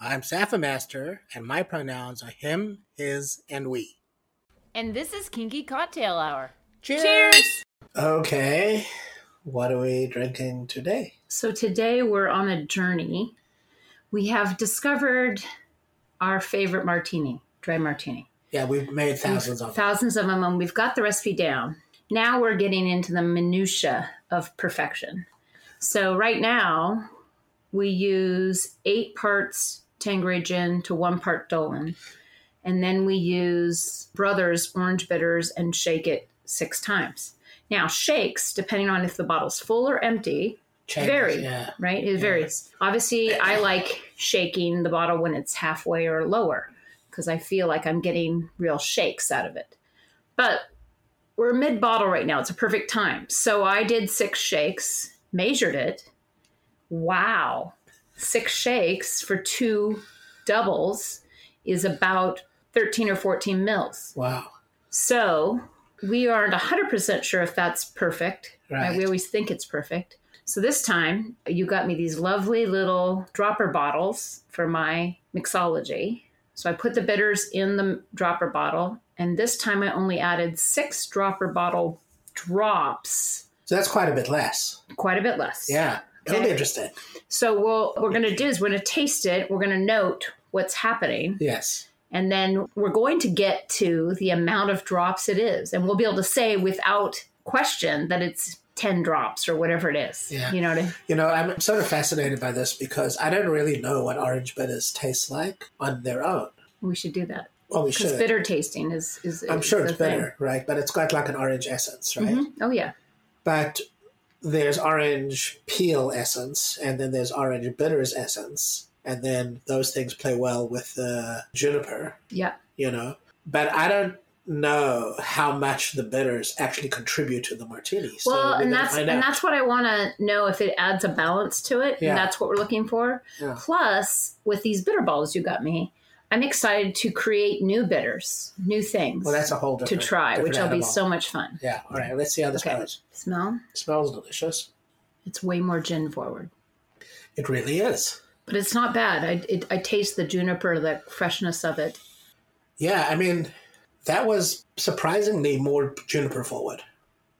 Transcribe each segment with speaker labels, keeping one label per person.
Speaker 1: I'm Safa Master, and my pronouns are him, his, and we.
Speaker 2: And this is Kinky Cocktail Hour.
Speaker 1: Cheers! Okay, what are we drinking today?
Speaker 2: So today we're on a journey. We have discovered our favorite martini, dry martini.
Speaker 1: Yeah, we've made thousands of them.
Speaker 2: Thousands of them, and we've got the recipe down. Now we're getting into the minutia of perfection. So right now, we use eight parts Tanqueray gin to one part Dolan, and then we use Brothers orange bitters and shake it six times. Now shakes, depending on if the bottle's full or empty,
Speaker 1: Changes,
Speaker 2: Very.
Speaker 1: Yeah.
Speaker 2: right? It varies. Obviously, I like shaking the bottle when it's halfway or lower because I feel like I'm getting real shakes out of it. But we're mid bottle right now. It's a perfect time. So I did six shakes, measured it. Wow. Six shakes for two doubles is about 13 or 14 mils.
Speaker 1: Wow.
Speaker 2: So we aren't 100% sure if that's perfect. Right.
Speaker 1: Right.
Speaker 2: We always think it's perfect. So this time you got me these lovely little dropper bottles for my mixology. So I put the bitters in the dropper bottle. And this time I only added six dropper bottle drops,
Speaker 1: So that's quite a bit less.
Speaker 2: quite a bit less.
Speaker 1: Yeah. It'll be
Speaker 2: Okay.
Speaker 1: interesting.
Speaker 2: So we'll, what we're going to do is we're going to taste it. We're going to note what's happening.
Speaker 1: Yes.
Speaker 2: And then we're going to get to the amount of drops it is. And we'll be able to say without question that it's 10 drops or whatever it is.
Speaker 1: Yeah.
Speaker 2: You know what I
Speaker 1: You know, I'm sort of fascinated by this because I don't really know what orange bitters taste like on their own.
Speaker 2: We should do that.
Speaker 1: Well, we
Speaker 2: Because
Speaker 1: should.
Speaker 2: bitter tasting is, is
Speaker 1: I'm
Speaker 2: is
Speaker 1: sure
Speaker 2: the
Speaker 1: it's
Speaker 2: thing.
Speaker 1: bitter, right? But it's got like an orange essence, right?
Speaker 2: Mhm. Oh, yeah.
Speaker 1: but there's orange peel essence and then there's orange bitters essence and then those things play well with the juniper
Speaker 2: Yeah.
Speaker 1: you know but i don't know how much the bitters actually contribute to the martini so
Speaker 2: well,
Speaker 1: we're
Speaker 2: and
Speaker 1: gonna
Speaker 2: that's
Speaker 1: find
Speaker 2: and
Speaker 1: out.
Speaker 2: that's what I want to know if it adds a balance to it.
Speaker 1: Yeah.
Speaker 2: And that's what we're looking for.
Speaker 1: Yeah.
Speaker 2: Plus, with these bitter balls you got me, I'm excited to create new bitters, new things
Speaker 1: well that's a whole
Speaker 2: to
Speaker 1: different
Speaker 2: try, which will
Speaker 1: different
Speaker 2: be
Speaker 1: animal.
Speaker 2: so much fun.
Speaker 1: yeah all right let's see how this
Speaker 2: Okay.
Speaker 1: goes
Speaker 2: Smell?
Speaker 1: it smells delicious
Speaker 2: It's way more gin forward.
Speaker 1: it really is
Speaker 2: but it's not bad. I it, I taste the juniper, the freshness of it.
Speaker 1: yeah i mean that was surprisingly more juniper forward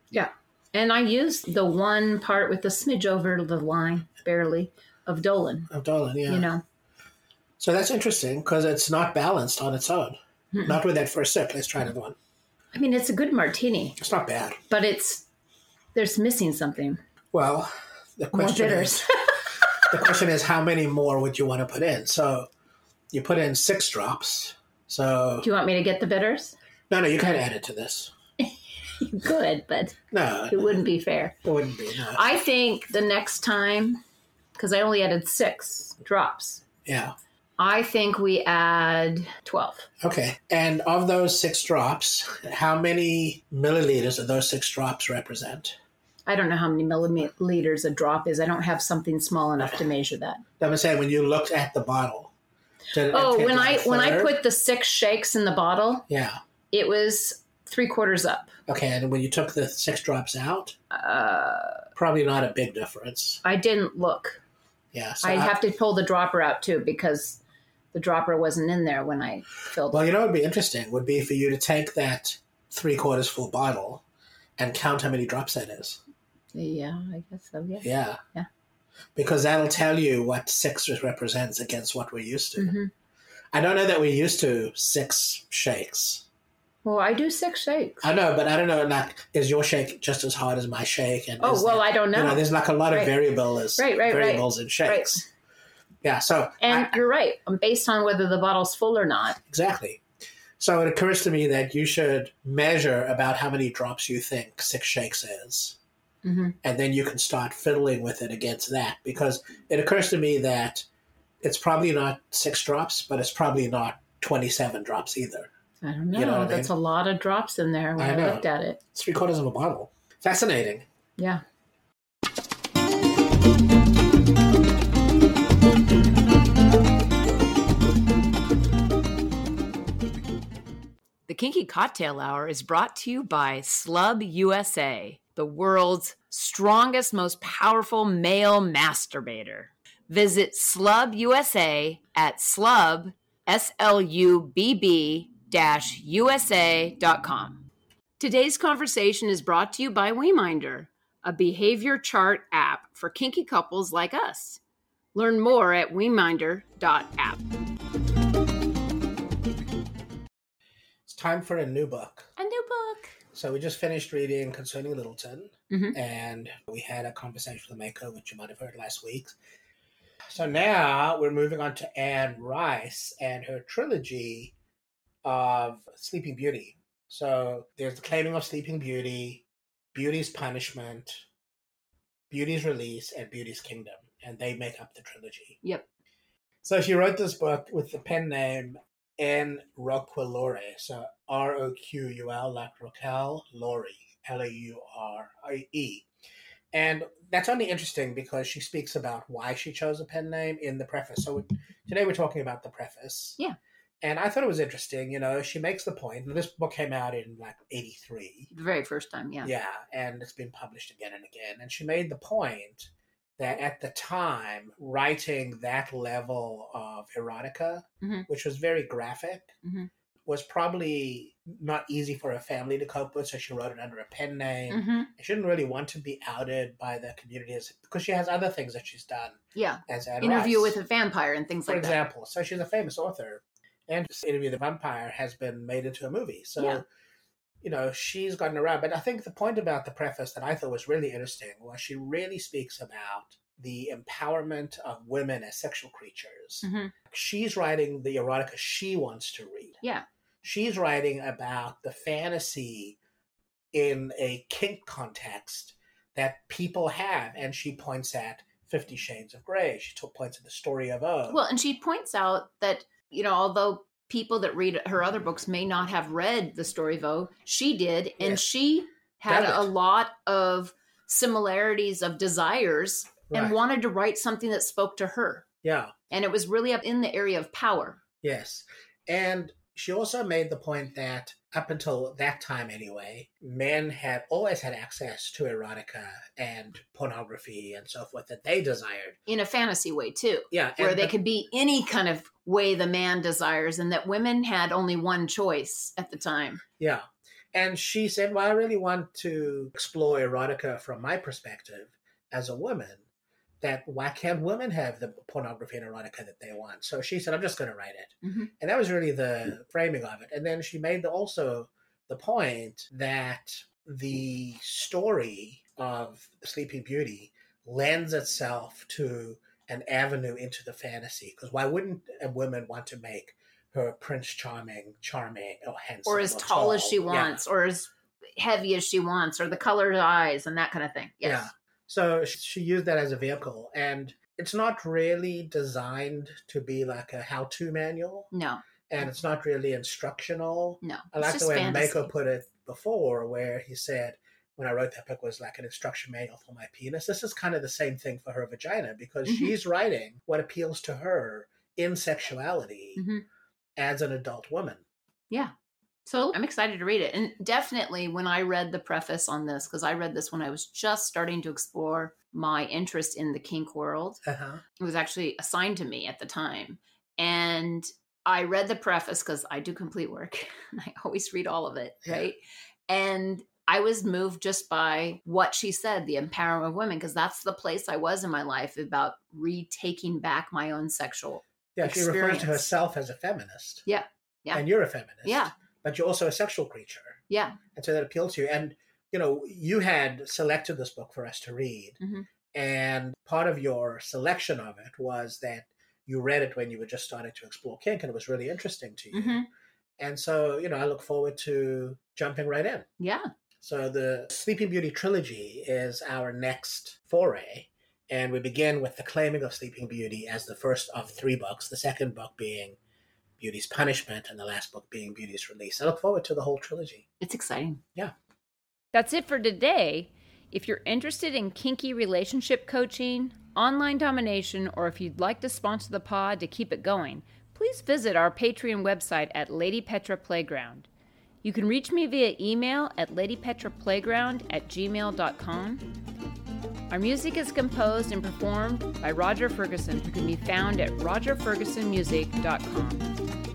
Speaker 2: Yeah, and I used the one part with the smidge over the line, barely, of Dolan.
Speaker 1: of darling yeah
Speaker 2: You know,
Speaker 1: So that's interesting because it's not balanced on its own. Not with that first sip. Let's try another one.
Speaker 2: I mean, it's a good martini,
Speaker 1: It's not bad.
Speaker 2: but it's there's missing something.
Speaker 1: Well, the
Speaker 2: More
Speaker 1: question
Speaker 2: bitters.
Speaker 1: is, the question is how many more would you want to put in? So you put in six drops. So
Speaker 2: Do you want me to get the bitters?
Speaker 1: no, no, you can't add it to this.
Speaker 2: Good, but
Speaker 1: No,
Speaker 2: it wouldn't be fair.
Speaker 1: it wouldn't be. No.
Speaker 2: I think the next time, because I only added six drops,
Speaker 1: Yeah.
Speaker 2: I think we add twelve.
Speaker 1: Okay. And of those six drops, how many milliliters do those six drops represent?
Speaker 2: I don't know how many milliliters a drop is. I don't have something small enough to measure that.
Speaker 1: I'm saying when you looked at the bottle. did it
Speaker 2: Oh,
Speaker 1: take
Speaker 2: when I
Speaker 1: like a
Speaker 2: when I
Speaker 1: third?
Speaker 2: put the six shakes in the bottle,
Speaker 1: yeah.
Speaker 2: it was three quarters up.
Speaker 1: Okay, and when you took the six drops out,
Speaker 2: Uh,
Speaker 1: probably not a big difference.
Speaker 2: I didn't look.
Speaker 1: Yeah, so
Speaker 2: I
Speaker 1: I-
Speaker 2: have to pull the dropper out too because the dropper wasn't in there when I filled
Speaker 1: Well,
Speaker 2: it.
Speaker 1: you know what would be interesting would be for you to take that three quarters full bottle and count how many drops that is.
Speaker 2: Yeah, uh, I guess so. Yeah.
Speaker 1: Yeah.
Speaker 2: Yeah.
Speaker 1: Because that'll tell you what six represents against what we're used to.
Speaker 2: Mhm.
Speaker 1: I don't know that we're used to six shakes.
Speaker 2: Well, I do six shakes.
Speaker 1: I know, but I don't know. Like, is your shake just as hard as my shake? And
Speaker 2: oh
Speaker 1: is
Speaker 2: well,
Speaker 1: there-
Speaker 2: I don't know.
Speaker 1: you know, there's like a lot of
Speaker 2: Right.
Speaker 1: variables,
Speaker 2: Right, right, right.
Speaker 1: variables in shakes. Yeah. So
Speaker 2: and
Speaker 1: I-
Speaker 2: you're right. um, Based on whether the bottle's full or not.
Speaker 1: Exactly. So it occurs to me that you should measure about how many drops you think six shakes is,
Speaker 2: hmm
Speaker 1: and then you can start fiddling with it against that. Because it occurs to me that it's probably not six drops, but it's probably not 27 drops either.
Speaker 2: I don't know.
Speaker 1: You know what I
Speaker 2: That's a lot of drops in there when
Speaker 1: I
Speaker 2: I,
Speaker 1: know.
Speaker 2: looked at it.
Speaker 1: It's three quarters of a bottle. Fascinating.
Speaker 2: Yeah. The Kinky Cocktail Hour is brought to you by Slub USA, the world's strongest, most powerful male masturbator. Visit Slub USA at slub, S L U B B dash USA.com. Today's conversation is brought to you by WeMinder, a behavior chart app for kinky couples like us. Learn more at WeMinder.app.
Speaker 1: It's time for a new book.
Speaker 2: A new book.
Speaker 1: So we just finished reading Concerning Littleton,
Speaker 2: Mhm.
Speaker 1: and we had a conversation with Mako, which you might have heard last week. So now we're moving on to Anne Rice and her trilogy of Sleeping Beauty. So there's the claiming of Sleeping Beauty, Beauty's Punishment, Beauty's Release, and Beauty's Kingdom, and they make up the trilogy.
Speaker 2: Yep.
Speaker 1: So she wrote this book with the pen name N. Roquelore. So R O Q U L, like Raquel Laurie, L A U R I E. And that's only interesting because she speaks about why she chose a pen name in the preface. So we- today we're talking about the preface.
Speaker 2: Yeah.
Speaker 1: And I thought it was interesting. You know, she makes the point, and this book came out in like 83.
Speaker 2: The very first time, yeah.
Speaker 1: Yeah, and it's been published again and again. And she made the point that at the time, writing that level of erotica,
Speaker 2: Mhm.
Speaker 1: which was very graphic,
Speaker 2: Mhm.
Speaker 1: was probably not easy for her family to cope with. So she wrote it under a pen name.
Speaker 2: hmm
Speaker 1: She didn't really want to be outed by the community as, because she has other things that she's done
Speaker 2: Yeah.
Speaker 1: as an
Speaker 2: Interview with a vampire and things
Speaker 1: for
Speaker 2: like that.
Speaker 1: example. So she's a famous author, and Interview with the Vampire has been made into a movie. So,
Speaker 2: Yeah.
Speaker 1: you know, she's gotten around. But I think the point about the preface that I thought was really interesting was she really speaks about the empowerment of women as sexual creatures.
Speaker 2: Mhm.
Speaker 1: She's writing the erotica she wants to read.
Speaker 2: Yeah.
Speaker 1: She's writing about the fantasy in a kink context that people have, and she points at Fifty Shades of Grey. She took points at the story of O.
Speaker 2: Mm-hmm. Well, and she points out that, you know, although people that read her other books may not have read the story of O, she did, and
Speaker 1: Yes.
Speaker 2: she had
Speaker 1: Love
Speaker 2: a
Speaker 1: it.
Speaker 2: lot of similarities of desires
Speaker 1: Right.
Speaker 2: and wanted to write something that spoke to her.
Speaker 1: Yeah.
Speaker 2: and it was really up in the area of power.
Speaker 1: Yes. And she also made the point that up until that time, anyway, men had always had access to erotica and pornography and so forth that they desired.
Speaker 2: in a fantasy way too
Speaker 1: Yeah.
Speaker 2: where
Speaker 1: and
Speaker 2: they
Speaker 1: the-
Speaker 2: could be any kind of way the man desires and that women had only one choice at the time
Speaker 1: Yeah. And she said, Well, I really want to explore erotica from my perspective as a woman. That why can't women have the pornography and erotica that they want? So she said, I'm just going to write it.
Speaker 2: Mhm.
Speaker 1: And that was really the framing of it. And then she made the, also the point that the story of Sleeping Beauty lends itself to an avenue into the fantasy. Because why wouldn't a woman want to make her Prince Charming charming or handsome?
Speaker 2: or as tall as she
Speaker 1: Yeah.
Speaker 2: wants or as heavy as she wants or the color of eyes and that kind of thing yes
Speaker 1: Yeah. So sh- she used that as a vehicle. And it's not really designed to be like a how to manual.
Speaker 2: no
Speaker 1: And it's not really instructional.
Speaker 2: no
Speaker 1: I
Speaker 2: It's
Speaker 1: like the
Speaker 2: just
Speaker 1: way
Speaker 2: fantasy.
Speaker 1: Mako put it before, where he said, when I wrote that book, was like an instruction manual for my penis. This is kind of the same thing for her vagina because
Speaker 2: Mhm.
Speaker 1: she's writing what appeals to her in sexuality
Speaker 2: Mhm.
Speaker 1: as an adult woman.
Speaker 2: so i'm excited to read it and definitely when i read the preface on this because i read this when i was just starting to explore my interest in the kink world
Speaker 1: Uh huh.
Speaker 2: it was actually assigned to me at the time
Speaker 3: And I read the preface because I do complete work. and I always read all of it,
Speaker 1: Yeah.
Speaker 3: right? And I was moved just by what she said, the empowerment of women, because that's the place I was in my life about retaking back my own sexual.
Speaker 1: Yeah, she refers
Speaker 3: Experience.
Speaker 1: to herself as a feminist.
Speaker 3: Yeah, yeah.
Speaker 1: And you're a feminist.
Speaker 3: Yeah.
Speaker 1: But you're also a sexual creature.
Speaker 3: Yeah.
Speaker 1: And so that appealed to you. And, you know, you had selected this book for us to read.
Speaker 3: Mhm.
Speaker 1: And part of your selection of it was that you read it when you were just starting to explore kink and it was really interesting to you.
Speaker 3: Mhm.
Speaker 1: And so, you know, I look forward to jumping right in.
Speaker 3: Yeah.
Speaker 1: So the Sleeping Beauty trilogy is our next foray, and we begin with the claiming of Sleeping Beauty as the first of three books, the second book being Beauty's Punishment, and the last book being Beauty's Release. I look forward to the whole trilogy.
Speaker 3: It's exciting.
Speaker 2: That's it for today. If you're interested in kinky relationship coaching, online domination, or if you'd like to sponsor the pod to keep it going, please visit our Patreon website at Lady Petra Playground. You can reach me via email at ladypetraplayground at gmail.com. Our music is composed and performed by Roger Ferguson, who can be found at rogerfergusonmusic.com.